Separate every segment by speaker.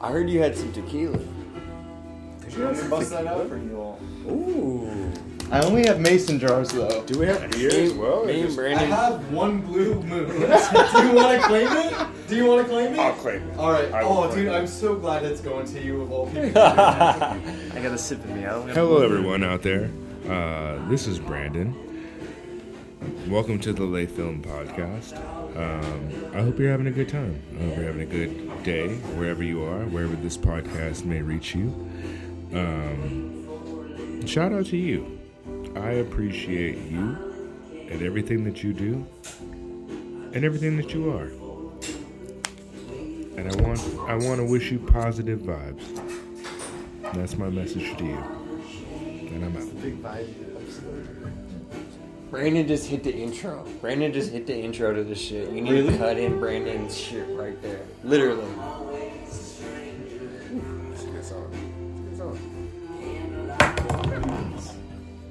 Speaker 1: I heard you had some tequila.
Speaker 2: Let me bust that out for you all.
Speaker 1: Ooh.
Speaker 3: I only have mason jars though.
Speaker 1: Do we have
Speaker 4: Beer
Speaker 1: me-
Speaker 4: as well, or
Speaker 1: Me and
Speaker 4: just-
Speaker 2: I
Speaker 1: Brandon.
Speaker 2: have one blue moon. Do you want to claim it? Do you want to claim
Speaker 4: I'll
Speaker 2: it?
Speaker 4: claim it.
Speaker 2: All right.
Speaker 4: I will
Speaker 2: Oh,
Speaker 4: claim
Speaker 2: dude,
Speaker 4: it.
Speaker 2: I'm so glad it's going to you of all people.
Speaker 5: I got a sip of me. I don't have
Speaker 4: Hello, everyone out there. Uh, this is Brandon. Welcome to the Lay Film Podcast. Um, I hope you're having a good time. I hope you're having a good day, wherever you are, wherever this podcast may reach you. Um, shout out to you. I appreciate you and everything that you do and everything that you are. And I want I want to wish you positive vibes. That's my message to you. And I'm out.
Speaker 3: Big vibe episode.
Speaker 1: Brandon just hit the intro. Brandon just hit the intro to this shit. You need to cut in Brandon's shit right there. Literally.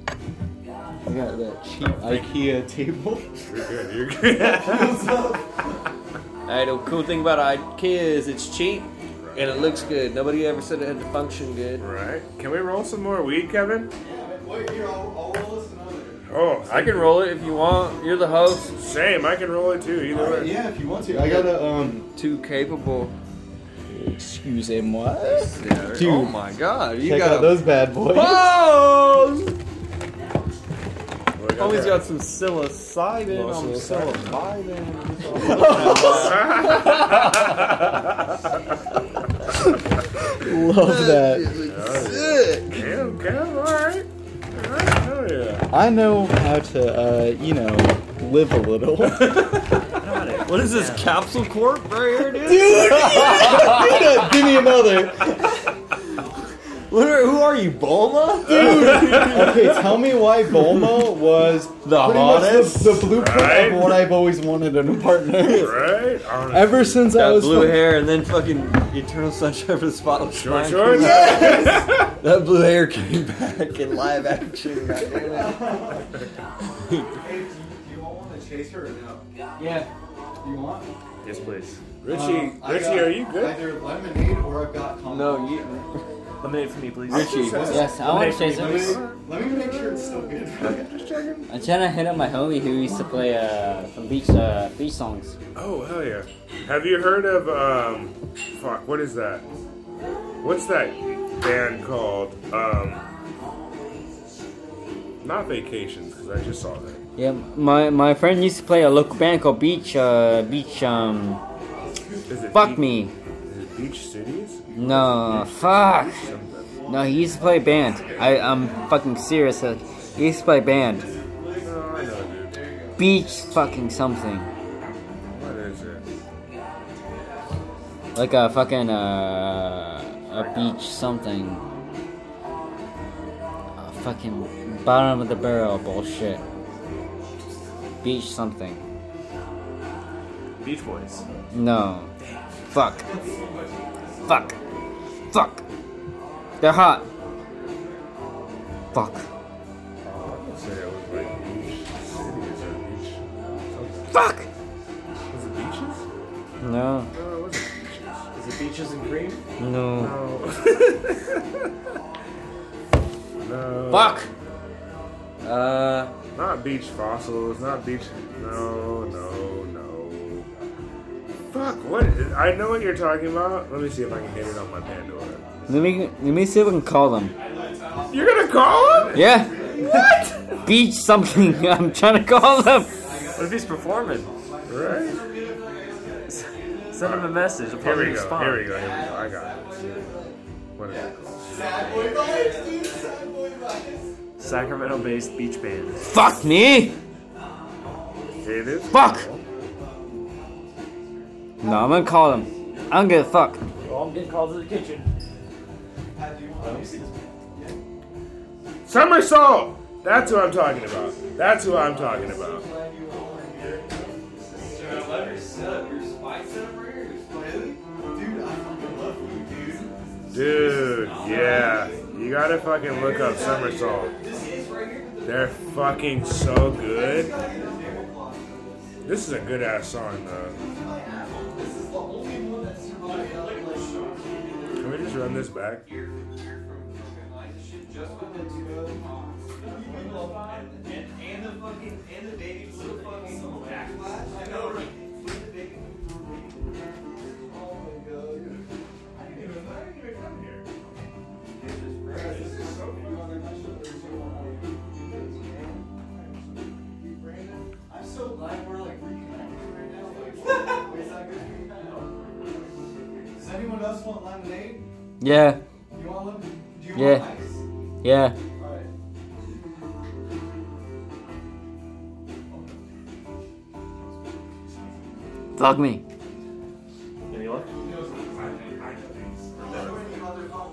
Speaker 3: I got that cheap IKEA table.
Speaker 4: You're good. You're good.
Speaker 1: Alright, the cool thing about IKEA is it's cheap and it looks good. Nobody ever said it had to function good.
Speaker 4: right. Can we roll some more weed, Kevin?
Speaker 2: Wait, here, I'll, I'll roll us another.
Speaker 4: Oh,
Speaker 1: I can roll it if you want. You're the host.
Speaker 4: Same. I can roll it too. Either way.
Speaker 2: Oh, Yeah, if you want to.
Speaker 3: I got a um.
Speaker 1: Too capable.
Speaker 3: Excuse me, what?
Speaker 1: Dude.
Speaker 3: Dude.
Speaker 1: Oh my god. You
Speaker 3: Check
Speaker 1: got
Speaker 3: out those bad boys.
Speaker 1: Balls!
Speaker 4: What do I got
Speaker 1: Always
Speaker 4: there?
Speaker 1: got some psilocybin on psilocybin.
Speaker 3: Love that.
Speaker 4: Damn, Kev. All right. All right. Hell yeah.
Speaker 3: I know how to, uh, you know, live a little. dude,
Speaker 1: What is this, Capsule Corp right here, dude?
Speaker 3: give me another.
Speaker 1: What are- who are you, Bulma?
Speaker 3: Okay, tell me why Bulma was
Speaker 1: The
Speaker 3: pretty much
Speaker 1: hottest?
Speaker 3: the, the blueprint
Speaker 4: Right?
Speaker 3: of what I've always wanted in a partner.
Speaker 4: Right. Honestly.
Speaker 3: Ever since I
Speaker 1: Got
Speaker 3: was
Speaker 1: blue
Speaker 3: fu-
Speaker 1: hair and then fucking Eternal Sunshine of the Spotless
Speaker 4: Short
Speaker 1: Mind.
Speaker 4: shorts.
Speaker 1: That blue hair came back in live action. goddamn it.
Speaker 2: Hey, do you, do you all want to chase her or no?
Speaker 1: yeah.
Speaker 2: Do you want?
Speaker 5: Yes, please.
Speaker 4: Richie.
Speaker 2: Um, I
Speaker 4: Richie,
Speaker 2: got
Speaker 4: are you good?
Speaker 2: Either lemonade or I've got. Combo.
Speaker 1: No, you.
Speaker 5: Lemonade for me, please.
Speaker 1: Richie. what's-
Speaker 6: Yes, I want to chase
Speaker 2: Let me,
Speaker 6: him.
Speaker 2: let me make sure it's still good.
Speaker 6: I'm trying to hit up my homie who used to play uh, some beach uh, beach songs.
Speaker 4: Oh hell yeah. Have you heard of um? Fuck. What is that? What's that band called? Um. Not vacations, because I just saw that.
Speaker 6: Yeah, my my friend used to play a local band called Beach uh, Beach um
Speaker 4: Is it
Speaker 6: Fuck
Speaker 4: Beach-
Speaker 6: me.
Speaker 4: Is it Beach Cities?
Speaker 6: No, fuck. No, he used to play band. I I'm fucking serious. Like, he used to play band.
Speaker 4: No, I know, dude.
Speaker 6: Beach fucking something.
Speaker 4: What is it?
Speaker 6: Like a fucking uh, a beach something. A fucking bottom of the barrel bullshit. Beach something.
Speaker 5: Beach Boys.
Speaker 6: No. Fuck. Fuck. Fuck. They're hot. Fuck.
Speaker 4: I would say it was like Beach Cities or Beach. something.
Speaker 6: Fuck.
Speaker 4: Was it beaches?
Speaker 6: No.
Speaker 4: No, it wasn't
Speaker 5: Is it Beaches and Cream?
Speaker 6: No.
Speaker 4: beaches. No. no.
Speaker 6: Fuck. Uh.
Speaker 4: Not beach fossils. Not beach. No, no, no. Fuck. What? Is, I know what you're talking about. Let me see if I can get it on my Pandora.
Speaker 6: Let me let me see if I can call them.
Speaker 4: You're gonna call him?
Speaker 6: Yeah. What? Beach something. I'm trying to call them.
Speaker 5: What if he's performing?
Speaker 4: Right.
Speaker 5: Send him a message. He'll
Speaker 4: Here
Speaker 5: probably
Speaker 4: we go.
Speaker 5: respond.
Speaker 4: Here we go. Here we go. I got it. What is it called?
Speaker 2: Sad boy vibes, dude. Sad boy vibes.
Speaker 5: Sacramento-based beach band.
Speaker 6: Fuck me.
Speaker 4: It is.
Speaker 6: Fuck. No, I'm gonna call them. I don't give a fuck.
Speaker 5: Well, I'm getting called to the kitchen.
Speaker 4: Somersault! That's who I'm talking about. That's who I'm talking about.
Speaker 2: Let her sit up. Your spine set up right here. Really? Dude, I fucking love you, dude.
Speaker 4: Dude, yeah. You gotta fucking look up Somersault. They're fucking so good. This is a good ass song, though. Just run this back.
Speaker 2: Just with the two of them. And, and the fucking, and the baby's little fucking backlash. I know, right? With the baby. Oh my god. I didn't even, I didn't even come here. This is so Brandon, I'm so glad we're like reconnecting right now. Like, it's not good for you now. Does anyone else want lemonade?
Speaker 6: Yeah,
Speaker 2: You want lemon? Do you
Speaker 6: Yeah.
Speaker 2: want ice?
Speaker 6: yeah.
Speaker 2: Alright.
Speaker 6: Fuck me.
Speaker 5: Any luck?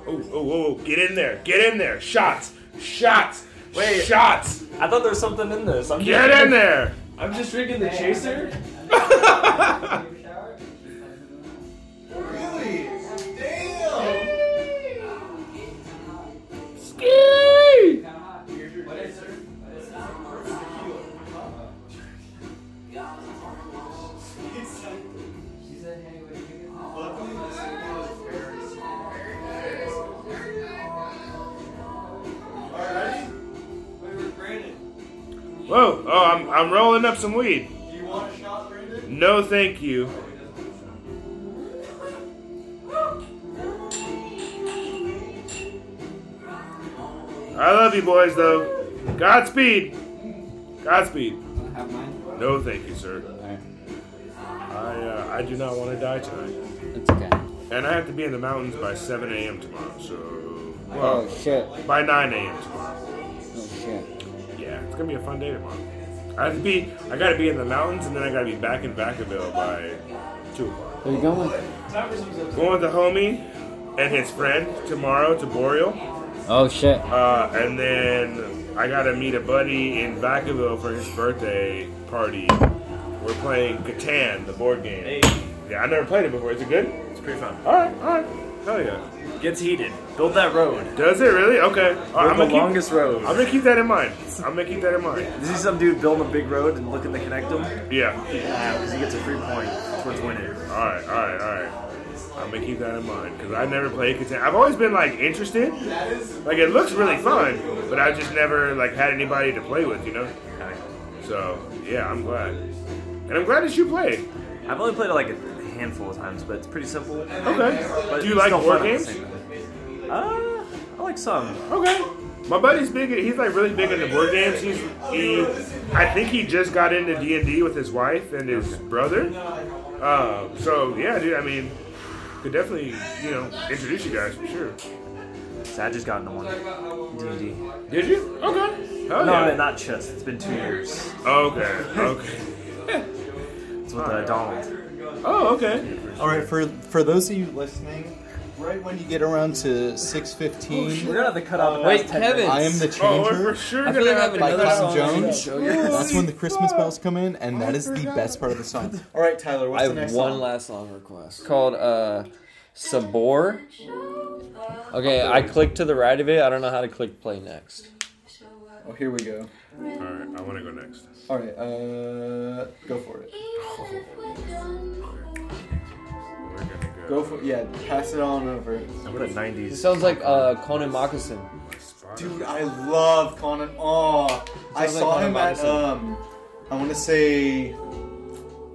Speaker 4: Oh, oh, oh, get in there. Get in there. Shots. Shots. Wait. Shots.
Speaker 5: I thought there was something in this. I'm
Speaker 4: Get in there.
Speaker 5: I'm just drinking the chaser.
Speaker 2: Really? Damn!
Speaker 4: Whoa. Oh, I'm, I'm rolling up some weed.
Speaker 2: Do you want a shot, Brandon?
Speaker 4: No, thank you. I love you boys, though. Godspeed. Godspeed.
Speaker 2: Have mine.
Speaker 4: No, thank you, sir. I uh, I do not want to die tonight,
Speaker 6: It's okay.
Speaker 4: and I have to be in the mountains by 7 a.m. tomorrow. So
Speaker 6: Oh
Speaker 4: well,
Speaker 6: shit.
Speaker 4: by 9 a.m. tomorrow.
Speaker 6: Oh shit.
Speaker 4: Yeah, it's gonna be a fun day tomorrow. I have to be. I gotta be in the mountains, and then I gotta be back in Vacaville by two o'clock.
Speaker 6: Where you going?
Speaker 4: Going with the homie and his friend tomorrow to Boreal,
Speaker 6: Oh shit.
Speaker 4: uh, and then I gotta meet a buddy in Vacaville for his birthday party. We're playing Catan, the board game.
Speaker 5: Hey,
Speaker 4: Yeah, I never played it before. Is it good?
Speaker 5: it's pretty fun.
Speaker 4: All right, all right. Hell yeah.
Speaker 5: Gets heated. Build that road.
Speaker 4: Does it really? Okay. All right,
Speaker 5: Build
Speaker 4: I'm
Speaker 5: the
Speaker 4: gonna keep.
Speaker 5: longest road.
Speaker 4: I'm gonna keep that in mind. I'm gonna keep that in mind.
Speaker 5: You see some dude building a big road and looking to connect them?
Speaker 4: Yeah.
Speaker 5: Yeah, because he gets a free point towards winning.
Speaker 4: All right, all right, all right. I'm gonna keep that in mind because I never played Catan. I've always been like interested. Like it looks really fun, but I just never like had anybody to play with, you know. So yeah, I'm glad, and I'm glad that you played.
Speaker 5: I've only played it like a handful of times, but it's pretty simple.
Speaker 4: Okay.
Speaker 5: But
Speaker 4: Do you
Speaker 5: it's
Speaker 4: like
Speaker 5: still
Speaker 4: board
Speaker 5: fun at the
Speaker 4: games?
Speaker 5: same time. Uh, I like some.
Speaker 4: Okay. My buddy's big. He's like really big into board games. He's he. I think he just got into D and D with his wife and his brother. Uh, so yeah, dude. I mean, could definitely you know introduce you guys for sure.
Speaker 5: So I just got into one. D&D.
Speaker 4: Did you? Okay. Hell
Speaker 5: No,
Speaker 4: Oh, yeah.
Speaker 5: no, not chess. It's been two years.
Speaker 4: Okay. Okay.
Speaker 5: It's with uh, Donald.
Speaker 4: Oh, okay.
Speaker 3: All right, for for those of you listening, right when you get around to six
Speaker 5: We're
Speaker 3: fifteen,
Speaker 5: gonna have to cut out the
Speaker 1: Wait,
Speaker 5: last 10
Speaker 1: Kevin.
Speaker 3: I am the
Speaker 4: Oh, we're for
Speaker 3: changer.
Speaker 4: sure
Speaker 1: I
Speaker 4: gonna
Speaker 1: feel like I
Speaker 4: have
Speaker 1: have
Speaker 4: to
Speaker 1: another
Speaker 3: Tom
Speaker 1: song I should
Speaker 3: Jones?
Speaker 1: show you.
Speaker 3: That's when the Christmas bells come in, and that is the best part of the song. All right, Tyler, what's
Speaker 1: I
Speaker 3: the
Speaker 1: have
Speaker 3: next
Speaker 1: one
Speaker 3: song?
Speaker 1: last song request called uh, Sabor. Okay, I clicked to the right of it. I don't know how to click play next.
Speaker 3: oh, here we go.
Speaker 4: All right, I want to go next.
Speaker 3: All right, uh, go for it.
Speaker 4: We're gonna go.
Speaker 3: Go for yeah. Pass it on over.
Speaker 5: I'll put 90s.
Speaker 1: It sounds like uh, Conan Moccasin.
Speaker 3: Dude, I love Conan. Oh, I
Speaker 1: Sounds like
Speaker 3: saw
Speaker 1: Conan
Speaker 3: him at
Speaker 1: Robinson.
Speaker 3: um, I want to say,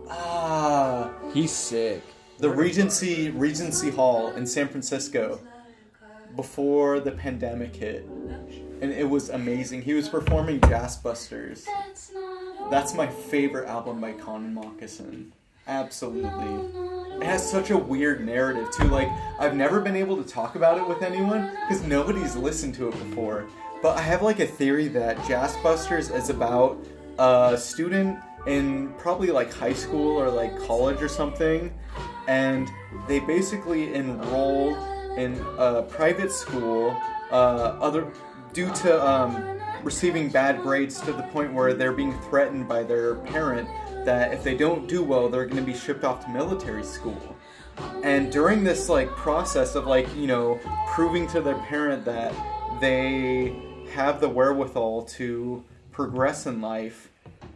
Speaker 3: ah,
Speaker 1: He's sick.
Speaker 3: the Regency Regency Hall in San Francisco before the pandemic hit, and it was amazing. He was performing Jazz Busters. That's my favorite album by Conan Moccasin. Absolutely. It has such a weird narrative too. Like I've never been able to talk about it with anyone because nobody's listened to it before. But I have like a theory that Jazz Busters is about a student in probably like high school or like college or something, and they basically enroll in a private school. Uh, other due to um, receiving bad grades to the point where they're being threatened by their parent that if they don't do well, they're going to be shipped off to military school. And during this like process of like you know proving to their parent that they have the wherewithal to progress in life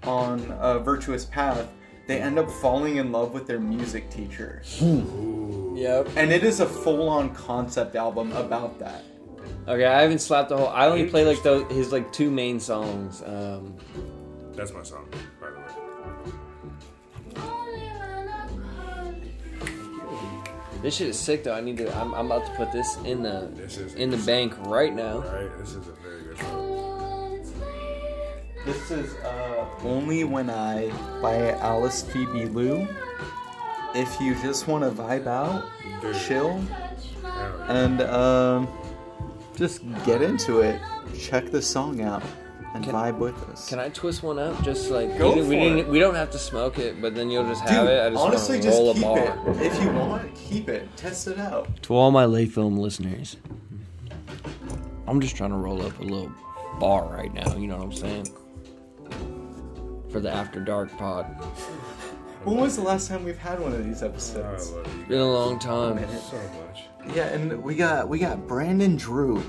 Speaker 3: on a virtuous path, they end up falling in love with their music teacher
Speaker 1: Yep.
Speaker 3: And it is a full on concept album about that.
Speaker 1: Okay, I haven't slapped the whole. I only play like those his like two main songs. Um,
Speaker 4: That's my song, by the way.
Speaker 1: this shit is sick though. I need to. I'm, I'm about to put this in the
Speaker 4: This is
Speaker 1: in the bank right now.
Speaker 4: Right? This is a very good song.
Speaker 3: This is uh, Only When I by Alice Phoebe Lou. If you just want to vibe out, chill,
Speaker 4: Yeah.
Speaker 3: and um, just get into it, check the song out and
Speaker 1: Can-
Speaker 3: vibe with us.
Speaker 1: Can I twist one up? Just like
Speaker 3: Go
Speaker 1: we, didn't- we,
Speaker 3: for
Speaker 1: didn't-
Speaker 3: it.
Speaker 1: we don't have to smoke it, but then you'll just
Speaker 3: Dude,
Speaker 1: have it. I just
Speaker 3: honestly,
Speaker 1: wanna
Speaker 3: just
Speaker 1: roll
Speaker 3: keep
Speaker 1: a bar.
Speaker 3: it. If you want, keep it. Test it out.
Speaker 1: To all my lay film listeners, I'm just trying to roll up a little bar right now. You know what I'm saying? For the after dark pod,
Speaker 3: When was the last time we've had one of these
Speaker 4: I
Speaker 3: episodes?
Speaker 4: love you
Speaker 1: been a long time.
Speaker 4: guys so much.
Speaker 3: Yeah, and we got we got Brandon Drew,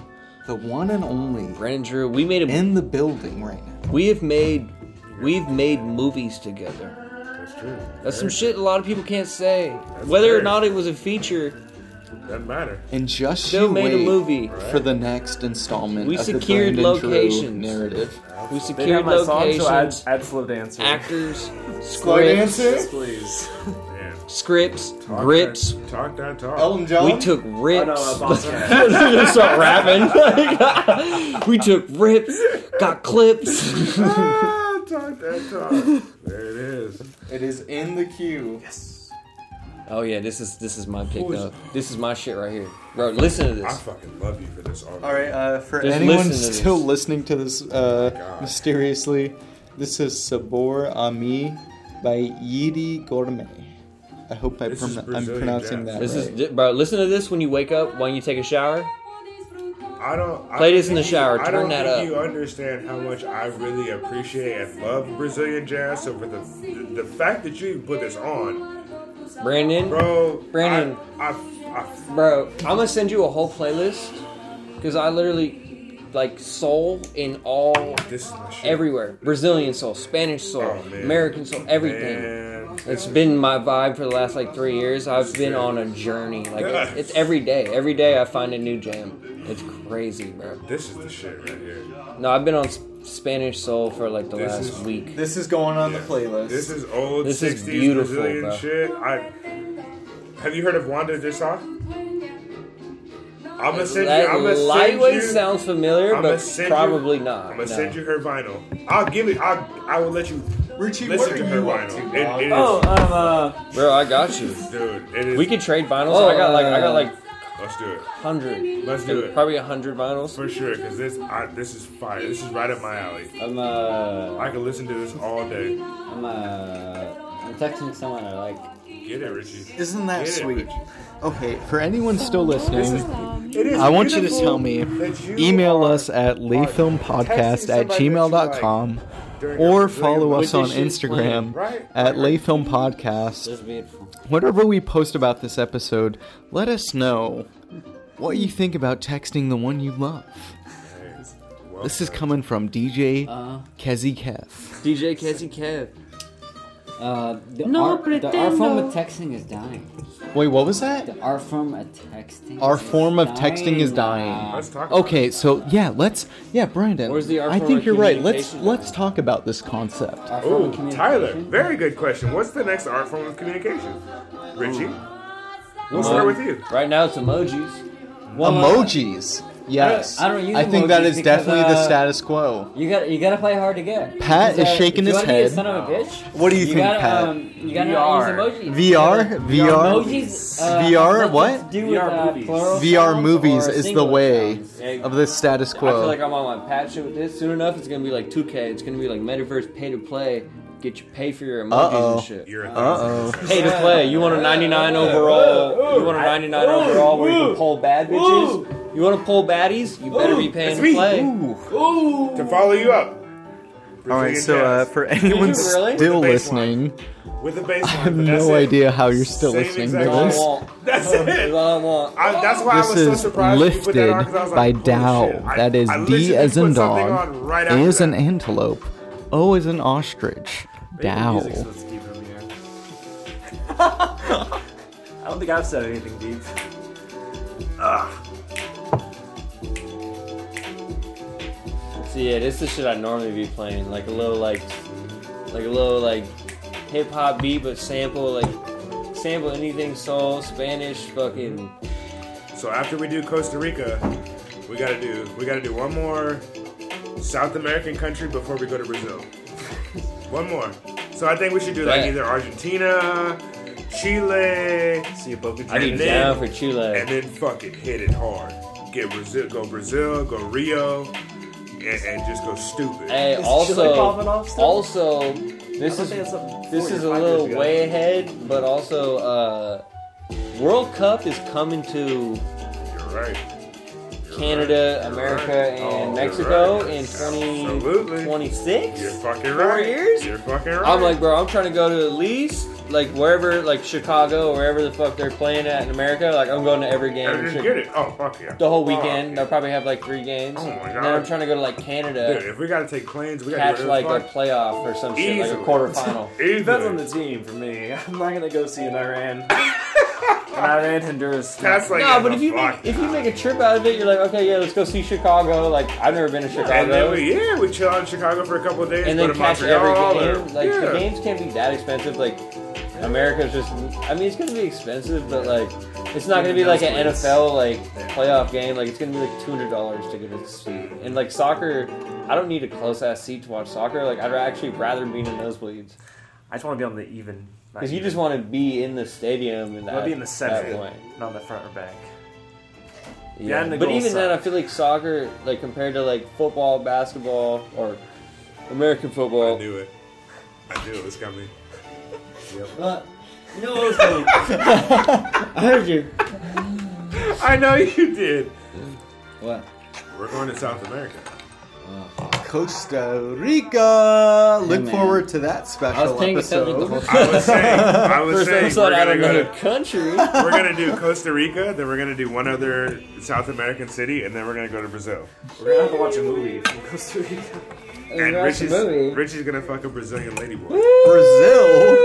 Speaker 3: the one and only,
Speaker 1: Brandon Drew, we made a
Speaker 3: in the building right now.
Speaker 1: We have made we've made movies together.
Speaker 4: That's true.
Speaker 1: That's some shit a lot of people can't say.
Speaker 4: That's
Speaker 1: Whether or
Speaker 4: fair.
Speaker 1: not it was a feature,
Speaker 4: Doesn't matter.
Speaker 3: And just
Speaker 1: Still
Speaker 3: you
Speaker 1: made a
Speaker 3: wait
Speaker 1: movie.
Speaker 3: for the next installment.
Speaker 1: We
Speaker 3: of the
Speaker 1: secured
Speaker 3: Brandon Drew
Speaker 1: locations.
Speaker 3: narrative.
Speaker 1: we
Speaker 5: They got
Speaker 1: secured
Speaker 5: my song, so add,
Speaker 1: locations,
Speaker 5: add slow dancer.
Speaker 1: actors,
Speaker 3: Slow
Speaker 1: scripts,
Speaker 3: dancer.
Speaker 5: please.
Speaker 4: Man.
Speaker 1: scripts,
Speaker 4: Talk
Speaker 1: grips.
Speaker 4: That, talk that talk.
Speaker 3: Elton John.
Speaker 1: We took
Speaker 5: Oh,
Speaker 1: rips.
Speaker 5: no, uh, Boston.
Speaker 1: Just start rapping. we took rips, got clips.
Speaker 4: Ah, talk that talk. there it is.
Speaker 3: It is in the queue.
Speaker 1: oh yeah, this is this is my pick though. This is my shit right here, bro. Listen to
Speaker 4: I
Speaker 1: this.
Speaker 4: fucking love you for this already.
Speaker 3: All right, uh, for
Speaker 1: Just
Speaker 3: anyone
Speaker 1: listen to
Speaker 3: still
Speaker 1: this.
Speaker 3: listening to this uh,
Speaker 4: God.
Speaker 3: mysteriously, this is Sabor Ami by Yidi Gourmet. I hope I
Speaker 4: This is
Speaker 3: prom- I'm
Speaker 4: Brazilian
Speaker 3: pronouncing
Speaker 4: jazz.
Speaker 3: that
Speaker 1: This
Speaker 3: right.
Speaker 1: is bro. Listen to this when you wake up, when you take a shower.
Speaker 4: I don't. I
Speaker 1: Play
Speaker 4: don't
Speaker 1: this in the
Speaker 4: think
Speaker 1: shower.
Speaker 4: You, I
Speaker 1: Turn
Speaker 4: don't
Speaker 1: that
Speaker 4: think
Speaker 1: up.
Speaker 4: You understand how much I really appreciate and love Brazilian jazz. So for the the, the fact that you even put this on,
Speaker 1: Brandon,
Speaker 4: bro,
Speaker 1: Brandon.
Speaker 4: I, I, I
Speaker 1: Bro, I'm gonna send you a whole playlist because I literally like soul in all
Speaker 4: this is my shit.
Speaker 1: everywhere Brazilian soul, Spanish soul,
Speaker 4: Oh, man.
Speaker 1: American soul, everything.
Speaker 4: Man.
Speaker 1: It's been my vibe for the last like three years. I've been on a journey. Like it's, it's every day. Every day I find a new jam. It's crazy, bro.
Speaker 4: This is the shit right here.
Speaker 1: No, I've been on S- Spanish soul for like the
Speaker 4: This
Speaker 1: last
Speaker 4: is-
Speaker 1: week.
Speaker 3: This is going on the playlist.
Speaker 4: This is old
Speaker 1: This is
Speaker 4: 60s
Speaker 1: beautiful,
Speaker 4: Brazilian
Speaker 1: bro.
Speaker 4: shit. I have you heard of Wanda Dissau? I'm gonna send you.
Speaker 1: That
Speaker 4: I'm gonna send
Speaker 1: lightweight
Speaker 4: you.
Speaker 1: sounds familiar,
Speaker 4: I'ma
Speaker 1: but
Speaker 4: send you-
Speaker 1: probably
Speaker 4: I'm
Speaker 1: not.
Speaker 4: gonna
Speaker 1: no.
Speaker 4: send you her vinyl. I'll give it. I I will let you
Speaker 3: Richie,
Speaker 4: listen
Speaker 3: what
Speaker 4: to
Speaker 3: are
Speaker 4: her
Speaker 3: you up to?
Speaker 4: vinyl. It- it
Speaker 3: dog?
Speaker 4: is-
Speaker 5: Oh, um, uh,
Speaker 1: Bro, I got you.
Speaker 4: dude. It is.
Speaker 1: We could trade vinyls.
Speaker 6: Oh,
Speaker 1: I got like I got
Speaker 6: uh,
Speaker 1: like
Speaker 4: Let's do it.
Speaker 1: hundred.
Speaker 4: Let's do it
Speaker 1: Probably a hundred vinyls.
Speaker 4: for sure. Cause this I, this is fire. This is right up my alley.
Speaker 6: I'm uh,
Speaker 4: I could listen to this all day.
Speaker 6: I'm uh, I'm texting someone I like.
Speaker 4: Get it, Richie.
Speaker 3: Isn't that
Speaker 4: Get it,
Speaker 3: sweet?
Speaker 4: Richie.
Speaker 3: Okay, for anyone still listening,
Speaker 4: It is
Speaker 3: I want you to
Speaker 4: beautiful
Speaker 3: tell me.
Speaker 4: that you
Speaker 3: email
Speaker 4: are- uh,
Speaker 3: us at layfilmpodcast at gmail.com
Speaker 4: during a
Speaker 3: or
Speaker 4: Brazilian
Speaker 3: follow us
Speaker 6: With
Speaker 3: on
Speaker 6: this shit playing.
Speaker 3: Instagram
Speaker 4: Right.
Speaker 3: at layfilmpodcast.
Speaker 6: This is beautiful.
Speaker 3: Whatever we post about this episode, let us know what you think about texting the one you love.
Speaker 4: Well
Speaker 3: This is
Speaker 4: done.
Speaker 3: coming from DJ
Speaker 6: Uh,
Speaker 3: Kezi Kev.
Speaker 1: DJ Kessie Kev.
Speaker 6: uh, the art, the art form of texting is dying.
Speaker 3: Wait, what was that?
Speaker 6: The art form of texting.
Speaker 3: Our
Speaker 6: is
Speaker 3: form of texting is dying.
Speaker 4: Let's talk. about it.
Speaker 3: Okay, so yeah, let's yeah, Brandon.
Speaker 1: Where's the art
Speaker 3: I
Speaker 1: form
Speaker 3: think
Speaker 1: of
Speaker 3: you're right. Let's
Speaker 1: communication?
Speaker 3: let's talk about this concept.
Speaker 6: Our form of
Speaker 4: Oh, Tyler,
Speaker 6: communication.
Speaker 4: very good question. What's the next art form of communication? Richie? We'll start with you.
Speaker 1: Right now it's emojis.
Speaker 3: emojis. Yes.
Speaker 6: I don't use
Speaker 3: think that
Speaker 6: emojis
Speaker 3: is
Speaker 6: because,
Speaker 3: definitely the
Speaker 6: uh,
Speaker 3: status quo.
Speaker 6: You got you got to play hard to get.
Speaker 3: Pat
Speaker 6: Because,
Speaker 3: is
Speaker 6: uh,
Speaker 3: shaking his
Speaker 6: if you wanna be a
Speaker 3: head.
Speaker 6: Son of a bitch.
Speaker 3: What do you think,
Speaker 6: gotta,
Speaker 3: Pat?
Speaker 6: Um, you gotta not use emojis.
Speaker 3: VR? VR?
Speaker 6: Emojis, uh,
Speaker 3: VR
Speaker 6: have
Speaker 3: what?
Speaker 6: nothing to do with,
Speaker 5: VR
Speaker 6: uh,
Speaker 5: movies.
Speaker 6: plural
Speaker 3: VR
Speaker 6: sounds
Speaker 3: movies
Speaker 6: or
Speaker 3: is the
Speaker 6: singular
Speaker 3: way
Speaker 6: sounds.
Speaker 1: Yeah,
Speaker 3: of the status
Speaker 1: I feel
Speaker 3: quo.
Speaker 1: like I'm on my patch with this. Soon enough, it's gonna be like 2K. It's gonna be like metaverse pay to play. Get you pay for your emojis
Speaker 3: Uh-oh.
Speaker 1: and shit.
Speaker 4: You're a
Speaker 3: Uh-oh.
Speaker 1: Pay to play. You want a 99 overall? You want a 99 overall where you can pull bad bitches? You want to pull baddies? You better be paying
Speaker 4: It's
Speaker 1: to
Speaker 4: me.
Speaker 1: play.
Speaker 4: To follow you up.
Speaker 3: All right, so uh, for anyone
Speaker 1: Did you really?
Speaker 3: still
Speaker 4: With the baseline.
Speaker 3: listening,
Speaker 4: With the baseline.
Speaker 3: I have
Speaker 4: but that's
Speaker 3: no
Speaker 4: it.
Speaker 3: idea how you're still
Speaker 4: Same
Speaker 3: listening to
Speaker 4: exact-
Speaker 1: That's all I
Speaker 3: this.
Speaker 1: want.
Speaker 4: That's it.
Speaker 1: That's all I want.
Speaker 4: I, that's why I
Speaker 3: This
Speaker 4: was so
Speaker 3: is
Speaker 4: surprised when you put that on, 'cause I was
Speaker 3: Lifted
Speaker 4: like,
Speaker 3: by
Speaker 4: holy
Speaker 3: Dow.
Speaker 4: shit. I-
Speaker 3: That is
Speaker 4: I
Speaker 3: D
Speaker 4: literally
Speaker 3: as
Speaker 4: put
Speaker 3: in
Speaker 4: something
Speaker 3: dog,
Speaker 4: on right
Speaker 3: A
Speaker 4: after
Speaker 3: as an
Speaker 4: that.
Speaker 3: antelope, O is an ostrich. Dow.
Speaker 5: music's supposed to keep it in the air. I don't think I've said anything deep.
Speaker 1: So yeah, this is shit I normally be playing, like a little like, like a little like hip hop beat, but sample like sample anything soul, Spanish, fucking.
Speaker 4: So after we do Costa Rica, we gotta do we gotta do one more South American country before we go to Brazil. one more. So I think we should do like
Speaker 1: Bet.
Speaker 4: either Argentina, Chile,
Speaker 5: See you, Boca
Speaker 1: I
Speaker 5: Juniors.
Speaker 1: be
Speaker 4: And then-
Speaker 1: down for Chile.
Speaker 4: and then fucking hit it hard. Get Brazil, go Brazil, go Rio, and, and just go stupid.
Speaker 1: Hey,
Speaker 5: Is Chile
Speaker 1: also,
Speaker 5: popping off still?
Speaker 1: also, this
Speaker 5: I thought
Speaker 1: is
Speaker 5: they had something
Speaker 1: this
Speaker 5: four
Speaker 1: is
Speaker 5: or
Speaker 1: a
Speaker 5: five
Speaker 1: little
Speaker 5: years ago.
Speaker 1: way ahead, but also, uh, World Cup is coming to
Speaker 4: You're right. You're
Speaker 1: Canada,
Speaker 4: right. You're
Speaker 1: America,
Speaker 4: right. Oh,
Speaker 1: and
Speaker 4: You're
Speaker 1: Mexico
Speaker 4: right.
Speaker 1: in
Speaker 4: Absolutely.
Speaker 1: 2026.
Speaker 4: You're fucking
Speaker 1: Four
Speaker 4: right.
Speaker 1: years?
Speaker 4: You're fucking right.
Speaker 1: I'm like, bro, I'm trying to go to at least like wherever, like Chicago, or wherever the fuck they're playing at in America. Like, I'm going to every game.
Speaker 4: I just
Speaker 1: Shit.
Speaker 4: get it. Oh fuck yeah.
Speaker 1: The whole
Speaker 4: Fuck
Speaker 1: weekend,
Speaker 4: yeah.
Speaker 1: they'll probably have like three games.
Speaker 4: Oh my
Speaker 1: And
Speaker 4: God.
Speaker 1: then I'm trying to go to like Canada,
Speaker 4: Dude, if we gotta take planes, we gotta
Speaker 1: catch
Speaker 4: do
Speaker 1: like
Speaker 4: whatever
Speaker 1: a
Speaker 4: the fuck.
Speaker 1: playoff or some shit, like a
Speaker 4: Easily.
Speaker 1: quarterfinal.
Speaker 4: Easily.
Speaker 5: Depends on the team for me. I'm not gonna go see an Iran. an Iran Honduras.
Speaker 4: That's like
Speaker 1: no, but if
Speaker 4: the
Speaker 1: you make
Speaker 4: fuck.
Speaker 1: if you make a trip out of it, you're like, okay, yeah, let's go see Chicago. Like, I've never been to
Speaker 4: and
Speaker 1: Chicago.
Speaker 4: then we yeah we chill out in Chicago for a couple of days,
Speaker 1: and
Speaker 4: go
Speaker 1: then
Speaker 4: to
Speaker 1: catch every
Speaker 4: Montreal.
Speaker 1: game.
Speaker 4: or,
Speaker 1: Like
Speaker 4: yeah.
Speaker 1: the games can't be that expensive. Like America's just, I mean, it's gonna be expensive, but like it's not gonna be like an NFL like playoff game. Like it's gonna be like two hundred dollars to get a seat. And like soccer, I don't need a close ass seat to watch soccer. Like I'd actually rather be in the nosebleeds
Speaker 5: I just want to be on the even. not
Speaker 1: because you
Speaker 5: even.
Speaker 1: just want to be in the stadium and
Speaker 5: I wanna
Speaker 1: that,
Speaker 5: be in the
Speaker 1: that
Speaker 5: center,
Speaker 1: point.
Speaker 5: not the front or back.
Speaker 1: Yeah,
Speaker 5: and the
Speaker 1: but
Speaker 5: goal
Speaker 1: even then, I
Speaker 5: suck.
Speaker 1: feel like soccer, like compared to like football, basketball, or American
Speaker 4: I
Speaker 1: football.
Speaker 4: knew it. I knew it was coming.
Speaker 1: You know what was funny? I heard you.
Speaker 4: I know you did.
Speaker 6: What?
Speaker 4: We're going to South America.
Speaker 3: Costa Rica. Look
Speaker 6: man.
Speaker 3: forward to that special
Speaker 6: I was paying attention the whole
Speaker 3: episode.
Speaker 6: time.
Speaker 4: I was saying, I was
Speaker 1: First
Speaker 4: saying,
Speaker 1: episode
Speaker 4: we're
Speaker 1: out of
Speaker 4: gonna
Speaker 1: another
Speaker 4: go to,
Speaker 1: country.
Speaker 4: we're gonna do Costa Rica, then we're gonna do one other South American city, and then we're gonna go to Brazil.
Speaker 5: We're gonna have to watch a movie from Costa Rica.
Speaker 4: And
Speaker 6: watch a
Speaker 4: Richie's,
Speaker 6: movie.
Speaker 4: Richie's gonna fuck a Brazilian ladyboy.
Speaker 3: Brazil.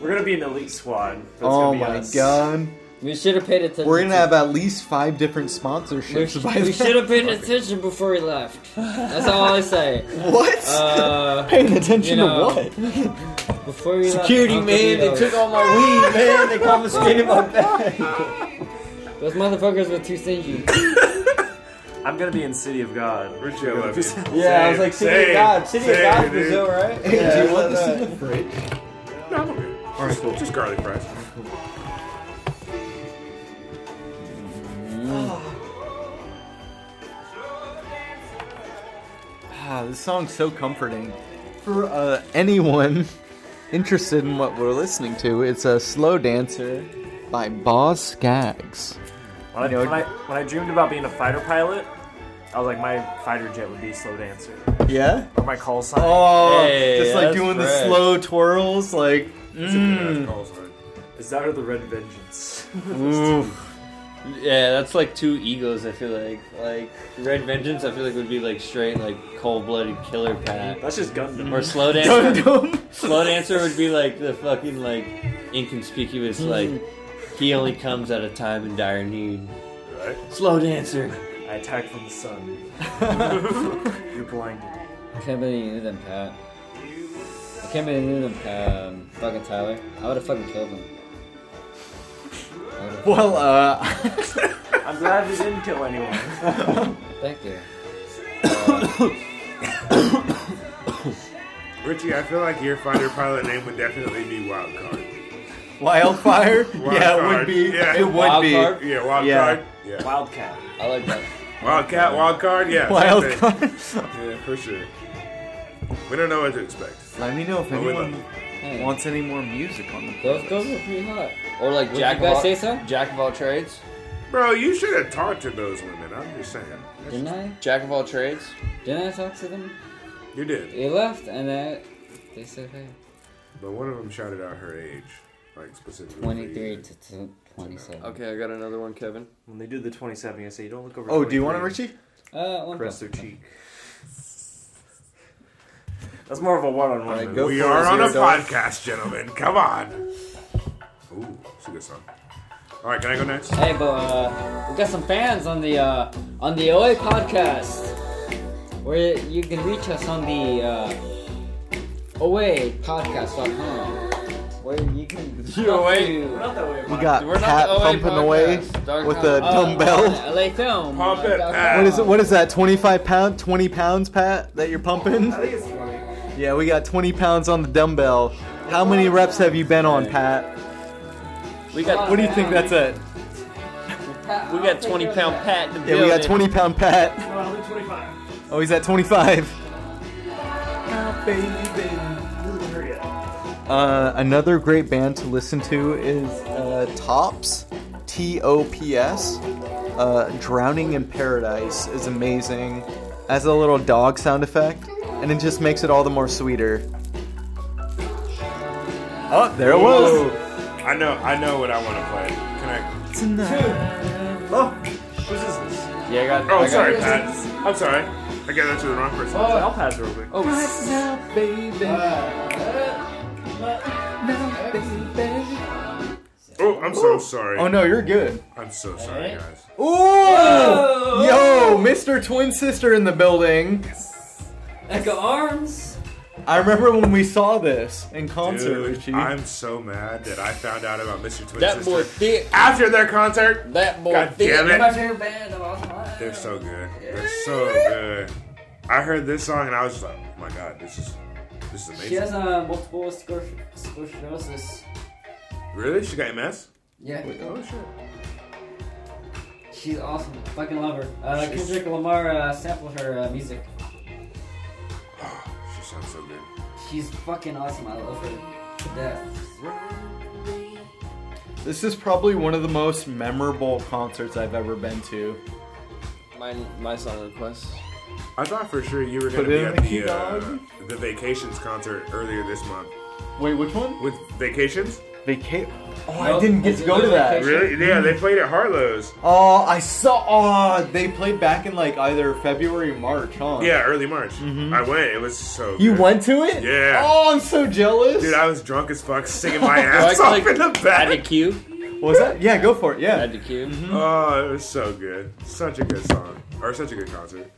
Speaker 5: We're gonna be an elite squad. but it's
Speaker 3: Oh
Speaker 5: gonna be
Speaker 3: my
Speaker 5: us.
Speaker 3: god.
Speaker 6: We should have paid attention.
Speaker 3: We're gonna
Speaker 6: to-
Speaker 3: have at least five different
Speaker 6: We,
Speaker 3: sponsorships by
Speaker 6: we
Speaker 3: then.
Speaker 6: should have paid attention before we left. That's all I say.
Speaker 3: What?
Speaker 6: Uh,
Speaker 3: Paying attention
Speaker 6: you know,
Speaker 3: to what?
Speaker 6: before uh, we
Speaker 1: Security
Speaker 6: left,
Speaker 1: man, they took all my weed, man. They confiscated my bag.
Speaker 6: Those motherfuckers were too stingy.
Speaker 5: I'm gonna be in City of God.
Speaker 4: Richie, I
Speaker 5: We're gonna
Speaker 4: love
Speaker 5: be-
Speaker 4: you.
Speaker 1: Yeah, I was like, City
Speaker 4: Same,
Speaker 1: of God, City
Speaker 4: same,
Speaker 1: of God,
Speaker 4: dude.
Speaker 1: Brazil, right?
Speaker 3: Hey,
Speaker 1: Yeah,
Speaker 3: do you want
Speaker 1: that's
Speaker 3: this
Speaker 1: right.
Speaker 3: in the fridge?
Speaker 4: No, I'm okay. All right, cool. Just garlic fries.
Speaker 3: Ah, this song's so comforting. For uh, anyone interested in what we're listening to, it's a slow dancer by Boz Skaggs.
Speaker 5: When I,
Speaker 3: You know-
Speaker 5: when, I, when I dreamed about being a fighter pilot, I was like, my fighter jet would be slow dancer.
Speaker 3: Yeah?
Speaker 5: Or my call sign.
Speaker 3: Oh,
Speaker 1: Hey,
Speaker 3: just like
Speaker 1: that's
Speaker 3: doing
Speaker 1: fresh.
Speaker 3: the slow twirls, like.
Speaker 4: It's a
Speaker 3: mm.
Speaker 4: good-ass call sign.
Speaker 5: Is that or the Red Vengeance?
Speaker 3: Oof.
Speaker 1: Yeah, that's like two egos. I feel like, like Red Vengeance. I feel like would be like straight, like cold-blooded killer pack.
Speaker 5: That's just Gundam.
Speaker 1: Or slow dancer.
Speaker 3: Dum-dum.
Speaker 1: slow dancer would be like the fucking like inconspicuous. Like he only comes at a time in dire need.
Speaker 4: Right?
Speaker 1: Slow dancer.
Speaker 3: Mm-hmm.
Speaker 5: I attack from the sun. You're blinded.
Speaker 6: I can't believe you knew them, Pat. I can't believe you knew them, um, fucking Tyler. I would have fucking killed him. I would've-
Speaker 3: well, uh,
Speaker 5: I'm glad we didn't kill anyone.
Speaker 6: Thank you.
Speaker 4: Richie, I feel like your fighter pilot name would definitely be Wild Card.
Speaker 3: wildfire?
Speaker 4: Wild
Speaker 3: yeah, it would
Speaker 4: card.
Speaker 3: be.
Speaker 4: Yeah.
Speaker 3: It would
Speaker 1: Wild
Speaker 3: be.
Speaker 1: card?
Speaker 4: Yeah, Wild
Speaker 3: Yeah.
Speaker 4: Card. Yeah.
Speaker 5: Wildcat.
Speaker 1: I like that.
Speaker 4: Wildcat, Wild Card. Yeah.
Speaker 3: Wild
Speaker 4: same thing.
Speaker 3: card.
Speaker 4: Yeah, for sure. We don't know what to expect.
Speaker 3: Let me know if
Speaker 4: But we love
Speaker 3: anyone
Speaker 4: it.
Speaker 6: Hey,
Speaker 3: wants any more music on the
Speaker 6: those, those
Speaker 3: playlist.
Speaker 6: were pretty hot.
Speaker 1: Or like
Speaker 6: Would
Speaker 1: Jack
Speaker 6: you guys
Speaker 1: of all,
Speaker 6: say so?
Speaker 1: Jack of all trades.
Speaker 4: Bro, you should have talked to those women. I'm just saying.
Speaker 6: Didn't I?
Speaker 1: Jack of all trades.
Speaker 6: Didn't I talk to them?
Speaker 4: You did.
Speaker 6: They left, and I, they said, hey,
Speaker 4: But one of them shouted out her age. Like, specifically.
Speaker 6: 23 to t- 27.
Speaker 1: Okay, I got another one, Kevin.
Speaker 5: When they do the 27, I say, you don't look over
Speaker 3: Oh, do you
Speaker 5: 23.
Speaker 3: want it, Richie?
Speaker 6: Uh, one
Speaker 5: Press their
Speaker 6: point.
Speaker 5: cheek. That's more of a one on
Speaker 3: Alright,
Speaker 5: one.
Speaker 3: go
Speaker 4: We
Speaker 3: for
Speaker 4: are
Speaker 3: it,
Speaker 4: on a
Speaker 3: zero dollars.
Speaker 4: podcast, gentlemen. Come on. Ooh, It's a good song. All right, can I go next?
Speaker 6: Hey, but uh, we got some fans on the uh, on the OA podcast, where you can reach us on the uh, OAPodcast.com, where you can.
Speaker 4: oh
Speaker 1: Yo, wait.
Speaker 6: We're not that way.
Speaker 3: You got
Speaker 1: We're not
Speaker 3: Pat
Speaker 1: the OA
Speaker 3: pumping away
Speaker 1: podcast.
Speaker 3: with a
Speaker 1: Uh,
Speaker 3: dumbbell.
Speaker 6: LA film.
Speaker 4: Pump it,
Speaker 6: Uh,
Speaker 4: Pat.
Speaker 3: What is it? What is that? 25 pound, 20 pounds, Pat, that you're pumping?
Speaker 5: I think it's funny.
Speaker 3: Yeah, we got 20 pounds on the dumbbell. How many reps have you been on, Pat?
Speaker 1: We got
Speaker 3: What do you think that's at?
Speaker 1: we got twenty pound Pat. In the
Speaker 3: Yeah, we got
Speaker 1: building.
Speaker 3: 20 pound Pat.
Speaker 5: Well, I'll do 25.
Speaker 3: Oh, he's at 25. Uh, another great band to listen to is uh, Tops, T O P S. Uh, Drowning in Paradise is amazing. Has a little dog sound effect, and it just makes it all the more sweeter. Oh, there it was.
Speaker 4: I know, I know what I want to play. Can I?
Speaker 5: Oh, whose is this?
Speaker 1: Yeah, I got.
Speaker 4: Oh,
Speaker 1: I got
Speaker 4: sorry, Pat. I'm sorry. I gave that to the wrong person.
Speaker 5: Oh, I'll pass real quick.
Speaker 1: Oh,
Speaker 4: Oh, I'm so sorry.
Speaker 3: Oh no, you're good.
Speaker 4: I'm so sorry, guys.
Speaker 3: Ooh! Yo, Mr. Twin Sister in the building.
Speaker 6: Echo Arms.
Speaker 3: I remember when we saw this in concert,
Speaker 4: Dude,
Speaker 3: Richie.
Speaker 4: I'm so mad that I found out about Mr. Twin
Speaker 1: that
Speaker 4: Sister
Speaker 1: boy thick.
Speaker 4: after their concert.
Speaker 1: That boy
Speaker 4: God
Speaker 1: thick.
Speaker 4: damn
Speaker 6: My
Speaker 4: it!
Speaker 6: favorite band of all time.
Speaker 4: They're so good. They're so good. I heard this song and I was just like, oh my god, this is this is
Speaker 6: She
Speaker 4: amazing.
Speaker 6: has uh, multiple scler- sclerosis.
Speaker 4: Really? She got MS?
Speaker 6: Yeah,
Speaker 4: Oh shit.
Speaker 6: she's awesome. Fucking love her. Uh,
Speaker 4: She's-
Speaker 6: Kendrick Lamar uh, sampled her uh, music.
Speaker 4: She sounds so good.
Speaker 6: She's fucking awesome. I love her to death.
Speaker 3: This is probably one of the most memorable concerts I've ever been to.
Speaker 1: My my song request.
Speaker 4: I thought for sure you were
Speaker 3: Put
Speaker 4: gonna be
Speaker 3: in
Speaker 4: at
Speaker 3: the key
Speaker 4: the uh,
Speaker 3: dog.
Speaker 4: the vacations concert earlier this month
Speaker 3: Wait, which one?
Speaker 4: with vacations.
Speaker 3: Vacation. Oh,
Speaker 6: Nope,
Speaker 3: I didn't get to go
Speaker 6: it's
Speaker 3: to
Speaker 6: another
Speaker 3: that.
Speaker 6: vacation.
Speaker 4: Really? Yeah, they played at Harlow's.
Speaker 3: Oh, I saw. Oh, they played back in like either February or March, huh?
Speaker 4: Yeah, early March.
Speaker 3: Mm-hmm.
Speaker 4: I went. It was so.
Speaker 3: You
Speaker 4: good.
Speaker 3: went to it?
Speaker 4: Yeah.
Speaker 3: Oh, I'm so jealous.
Speaker 4: Dude, I was drunk as fuck, singing my
Speaker 1: Do I
Speaker 4: ass off
Speaker 1: click
Speaker 4: in the
Speaker 1: Add to
Speaker 4: back.
Speaker 1: queue.
Speaker 3: Was that? Yeah, go for it. Yeah.
Speaker 1: Add to queue.
Speaker 4: Oh, it was so good. Such a good song, or such a good concert.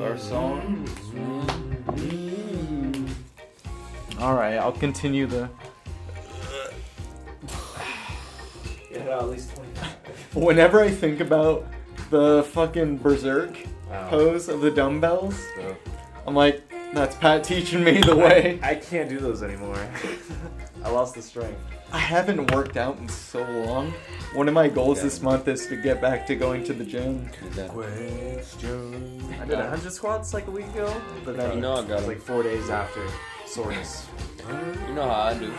Speaker 3: Our song. All right, I'll continue the.
Speaker 5: Yeah, at least 25.
Speaker 3: Whenever I think about the fucking berserk pose of the dumbbells,
Speaker 5: So-
Speaker 3: I'm like, that's Pat teaching me the way.
Speaker 5: I can't do those anymore. I lost the strength.
Speaker 3: I haven't worked out in so long. One of my goals this month is to get back to going to the gym.
Speaker 5: I did 100 squats like a week ago, but then
Speaker 1: You know I got
Speaker 5: it was
Speaker 1: 'em.
Speaker 5: like four days after soreness.
Speaker 1: You know how I do.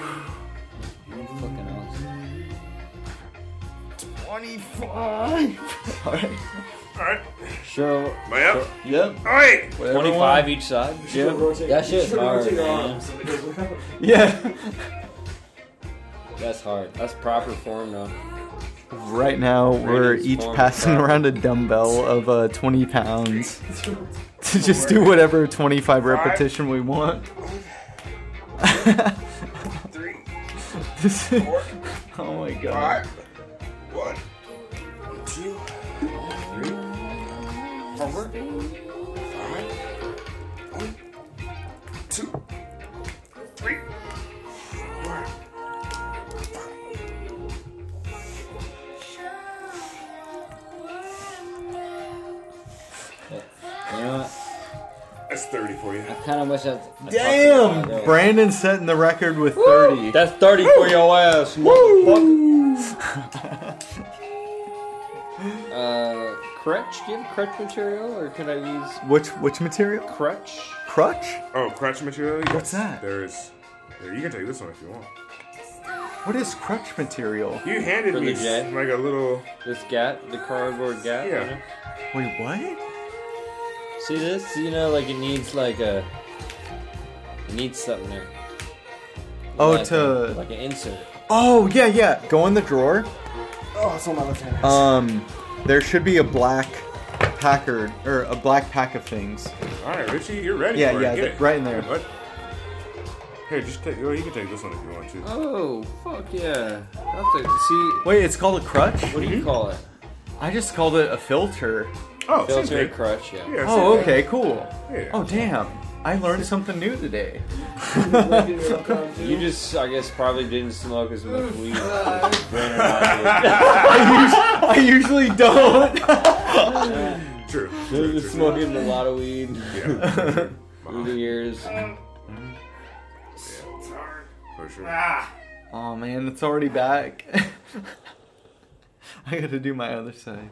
Speaker 6: Fucking awesome.
Speaker 3: 25! Alright.
Speaker 4: All right,
Speaker 6: Sure.
Speaker 4: am I up?
Speaker 3: Yep.
Speaker 4: All right.
Speaker 3: Whatever
Speaker 1: Twenty five each side.
Speaker 3: one. Yep.
Speaker 6: That shit is hard, man.
Speaker 3: Yeah.
Speaker 6: That's hard.
Speaker 1: That's proper form though.
Speaker 3: Right now, we're
Speaker 1: Ratings
Speaker 3: each
Speaker 1: form
Speaker 3: passing
Speaker 1: proper.
Speaker 3: around a dumbbell of uh, 20 pounds to just do whatever 25 repetition we want.
Speaker 4: Three,
Speaker 3: This is-
Speaker 4: four,
Speaker 3: oh my
Speaker 4: five,
Speaker 3: god.
Speaker 4: one, two, three, four, five, one, two, three, four.
Speaker 6: You know what?
Speaker 4: That's thirty for you.
Speaker 6: I kind of wish I. I talked to
Speaker 3: Damn!
Speaker 6: you
Speaker 3: Brandon setting the record with 30.
Speaker 1: That's thirty for your ass, motherfucker. Uh, crutch? Do you have crutch material, or could I use
Speaker 3: Which which material?
Speaker 1: crutch?
Speaker 3: Crutch?
Speaker 4: Oh, crutch material.
Speaker 3: What's that?
Speaker 4: There is. There, you can take this one if you want.
Speaker 3: What is crutch material?
Speaker 4: You handed
Speaker 1: For
Speaker 4: me
Speaker 1: the jet?
Speaker 4: like a little.
Speaker 1: This gap, the cardboard gap. you
Speaker 4: Yeah.
Speaker 1: know?
Speaker 3: Wait, what?
Speaker 1: See this? You know, like it needs like a. It needs something there.
Speaker 3: Oh,
Speaker 1: like
Speaker 3: to-
Speaker 1: a, like an insert.
Speaker 3: Oh yeah, yeah. Go in the drawer.
Speaker 5: Oh, it's on my left hand.
Speaker 3: Um, there should be a black packard or a black pack of things.
Speaker 1: Uh-huh.
Speaker 4: All right, Richie, you're ready.
Speaker 3: Yeah,
Speaker 4: for it.
Speaker 3: yeah,
Speaker 4: Get
Speaker 3: th-
Speaker 4: it.
Speaker 3: right in there.
Speaker 4: What? Here, just take. Well, you can take this one if you want to.
Speaker 1: Oh, fuck yeah. That's a, see,
Speaker 3: Wait, it's called a crutch?
Speaker 1: what do you call it?
Speaker 3: I just called it a filter.
Speaker 4: Oh, same
Speaker 1: Filter
Speaker 4: thing.
Speaker 1: crutch, yeah.
Speaker 4: Yeah,
Speaker 3: Oh,
Speaker 4: same thing.
Speaker 3: okay, cool.
Speaker 4: Yeah.
Speaker 3: Oh, damn. I learned something new today.
Speaker 1: You just, I guess, probably didn't smoke as much weed.
Speaker 3: I usually don't.
Speaker 4: True.
Speaker 1: You've
Speaker 4: true,
Speaker 1: been
Speaker 4: true.
Speaker 1: smoking a lot of weed
Speaker 4: Yeah,
Speaker 1: through the years.
Speaker 4: for sure.
Speaker 3: oh man, it's already back. I gotta do my other side.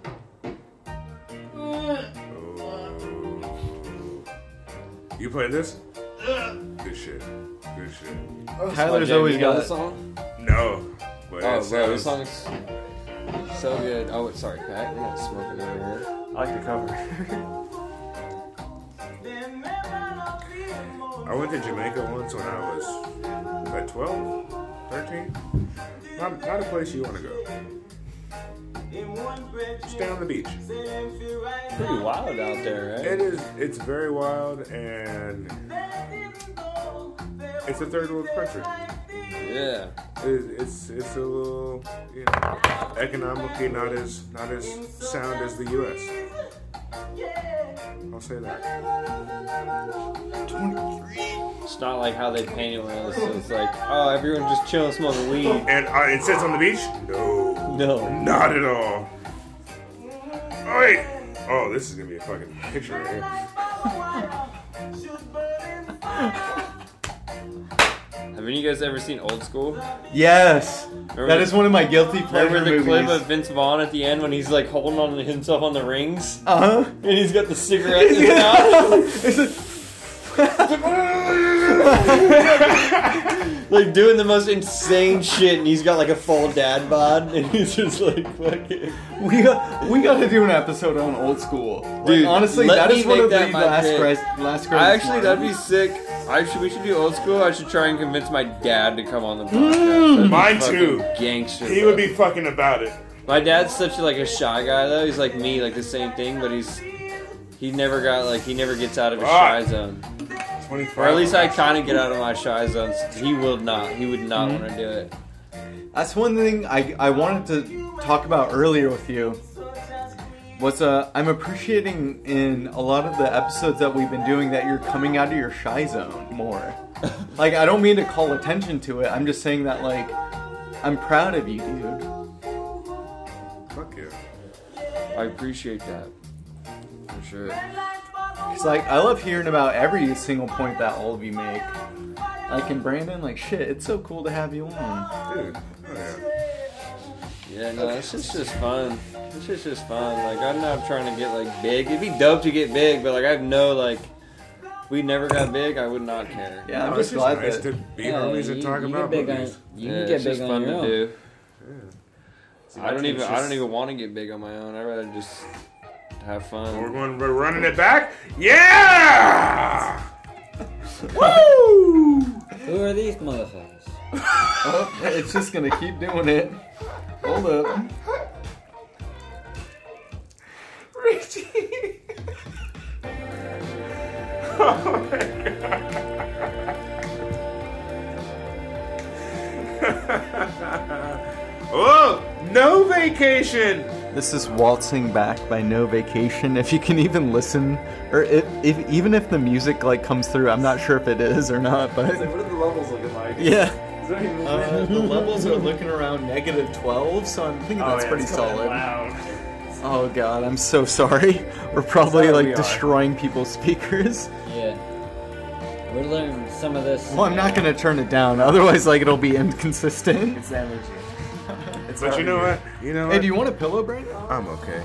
Speaker 4: You play this? Good shit. Good shit.
Speaker 5: Oh,
Speaker 3: Tyler's always
Speaker 1: got
Speaker 3: got
Speaker 1: this song.
Speaker 4: No. But uh,
Speaker 1: Oh,
Speaker 4: it
Speaker 1: bro, this
Speaker 4: sounds-
Speaker 1: song's so good. Oh, wait, sorry, can I, you're not smoking over here.
Speaker 5: I like the cover.
Speaker 4: I went to Jamaica once when I was like 12, 13. Not, not a place you want to go. Stay on the beach.
Speaker 1: Pretty wild out there, right?
Speaker 4: It is. It's very wild and it's a third world country.
Speaker 1: Yeah.
Speaker 4: It, it's it's a little you know economically not as not as sound as the U.S. I'll say that.
Speaker 1: It's not like how they paint it when it's, it's like, oh, everyone just chilling, smoking weed.
Speaker 4: And uh, it sits on the beach? No,
Speaker 1: No.
Speaker 4: not at all. Oh wait. Oh, this is gonna be a fucking picture right here.
Speaker 1: Have any of you guys ever seen Old School?
Speaker 3: Yes!
Speaker 1: Remember
Speaker 3: that
Speaker 1: the-
Speaker 3: is one of my guilty
Speaker 1: Remember
Speaker 3: pleasure
Speaker 1: the clip
Speaker 3: movies.
Speaker 1: of Vince Vaughn at the end when he's like holding on to himself on the rings
Speaker 3: Uh huh.
Speaker 1: and he's got the cigarette in his mouth?
Speaker 3: It's a-
Speaker 1: Like doing the most insane shit and he's got like a full dad bod and he's just like, fuck it.
Speaker 3: We got, we got to do an episode on old school.
Speaker 1: Dude,
Speaker 3: Dude, honestly,
Speaker 1: let
Speaker 3: that
Speaker 1: me
Speaker 3: is one
Speaker 1: make
Speaker 3: of the
Speaker 1: that my
Speaker 3: last
Speaker 1: pick.
Speaker 3: Christ, last Christ.
Speaker 1: I actually, that'd be sick. I should, we should do old school. I should try and convince my dad to come on the podcast. That'd be
Speaker 4: Hmm. Mine
Speaker 1: fucking
Speaker 4: too.
Speaker 1: Gangster.
Speaker 4: He
Speaker 1: bro.
Speaker 4: would be fucking about it.
Speaker 1: My dad's such like a shy guy though. He's like me, like the same thing, but he's he never got like he never gets out of his shy
Speaker 4: Fuck.
Speaker 1: zone.
Speaker 4: 25.
Speaker 1: Or at least I kind of get out of my shy zone. He will not. He would not
Speaker 4: Hmm.
Speaker 1: want to do it.
Speaker 3: That's one thing I, I wanted to talk about earlier with you. Was uh, I'm appreciating in a lot of the episodes that we've been doing that you're coming out of your shy zone more. like I don't mean to call attention to it. I'm just saying that like I'm proud of you, dude.
Speaker 4: Fuck yeah.
Speaker 1: I appreciate that for sure.
Speaker 3: It's like I love hearing about every single point that all of you make. Like and Brandon, like shit, it's so cool to have you on.
Speaker 4: Dude. Oh yeah.
Speaker 1: Yeah, no, this is just fun. This is just fun. Like I'm not trying to get like big. It'd be dope to get big, but like I have no like. We never got big. I would not care.
Speaker 3: Yeah, I'm
Speaker 4: No,
Speaker 3: just
Speaker 4: Oh, it's
Speaker 3: glad
Speaker 4: nice
Speaker 3: that
Speaker 4: to be homies and talk
Speaker 6: can
Speaker 4: about
Speaker 6: get big on-
Speaker 4: movies.
Speaker 6: you
Speaker 1: Yeah,
Speaker 6: can
Speaker 1: it's
Speaker 6: get big
Speaker 1: just
Speaker 6: on
Speaker 1: fun
Speaker 6: your
Speaker 1: to
Speaker 6: own.
Speaker 1: do. I don't
Speaker 4: team's
Speaker 1: even. I
Speaker 4: just-
Speaker 1: don't even want to get big on my own. I'd rather just have fun.
Speaker 4: We're going. We're running it back. Yeah.
Speaker 6: Who are these motherfuckers?
Speaker 3: Oh, it's just gonna keep doing it. Hold up.
Speaker 4: Oh, no vacation.
Speaker 3: This is Waltzing Back by No Vacation. If you can even listen, or if, if even if the music like comes through, I'm not sure if it is or not,
Speaker 5: It's like,
Speaker 3: but
Speaker 5: what are the levels looking like?
Speaker 3: yeah.
Speaker 5: Is there any movement?
Speaker 3: Uh, the levels are looking around negative 12, so I'm thinking
Speaker 5: Oh,
Speaker 3: that's
Speaker 5: yeah,
Speaker 3: pretty
Speaker 5: it's coming
Speaker 3: solid.
Speaker 5: loud.
Speaker 3: Oh god, I'm so sorry. We're probably
Speaker 5: Sorry,
Speaker 3: like
Speaker 5: we are.
Speaker 3: destroying people's speakers.
Speaker 6: Yeah. We're learning some of this.
Speaker 3: Well, I'm not gonna turn it down, otherwise like it'll be inconsistent.
Speaker 5: It's the energy. It's
Speaker 4: But you know
Speaker 5: already
Speaker 4: what? You know
Speaker 3: Hey,
Speaker 4: what?
Speaker 3: do you want a pillow, Brandon?
Speaker 4: I'm okay.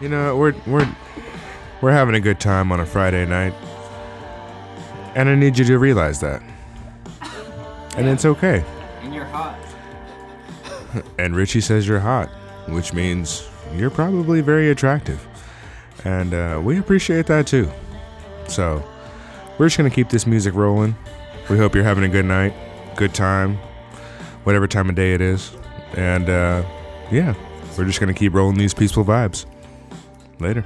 Speaker 4: You know what? We're we're we're having a good time on a Friday night, and I need you to realize that. And it's okay.
Speaker 6: And you're hot.
Speaker 4: and Richie says you're hot, which means you're probably very attractive. And uh, we appreciate that too. So we're just going to keep this music rolling. We hope you're having a good night, good time, whatever time of day it is. And uh, yeah, we're just going to keep rolling these peaceful vibes. Later.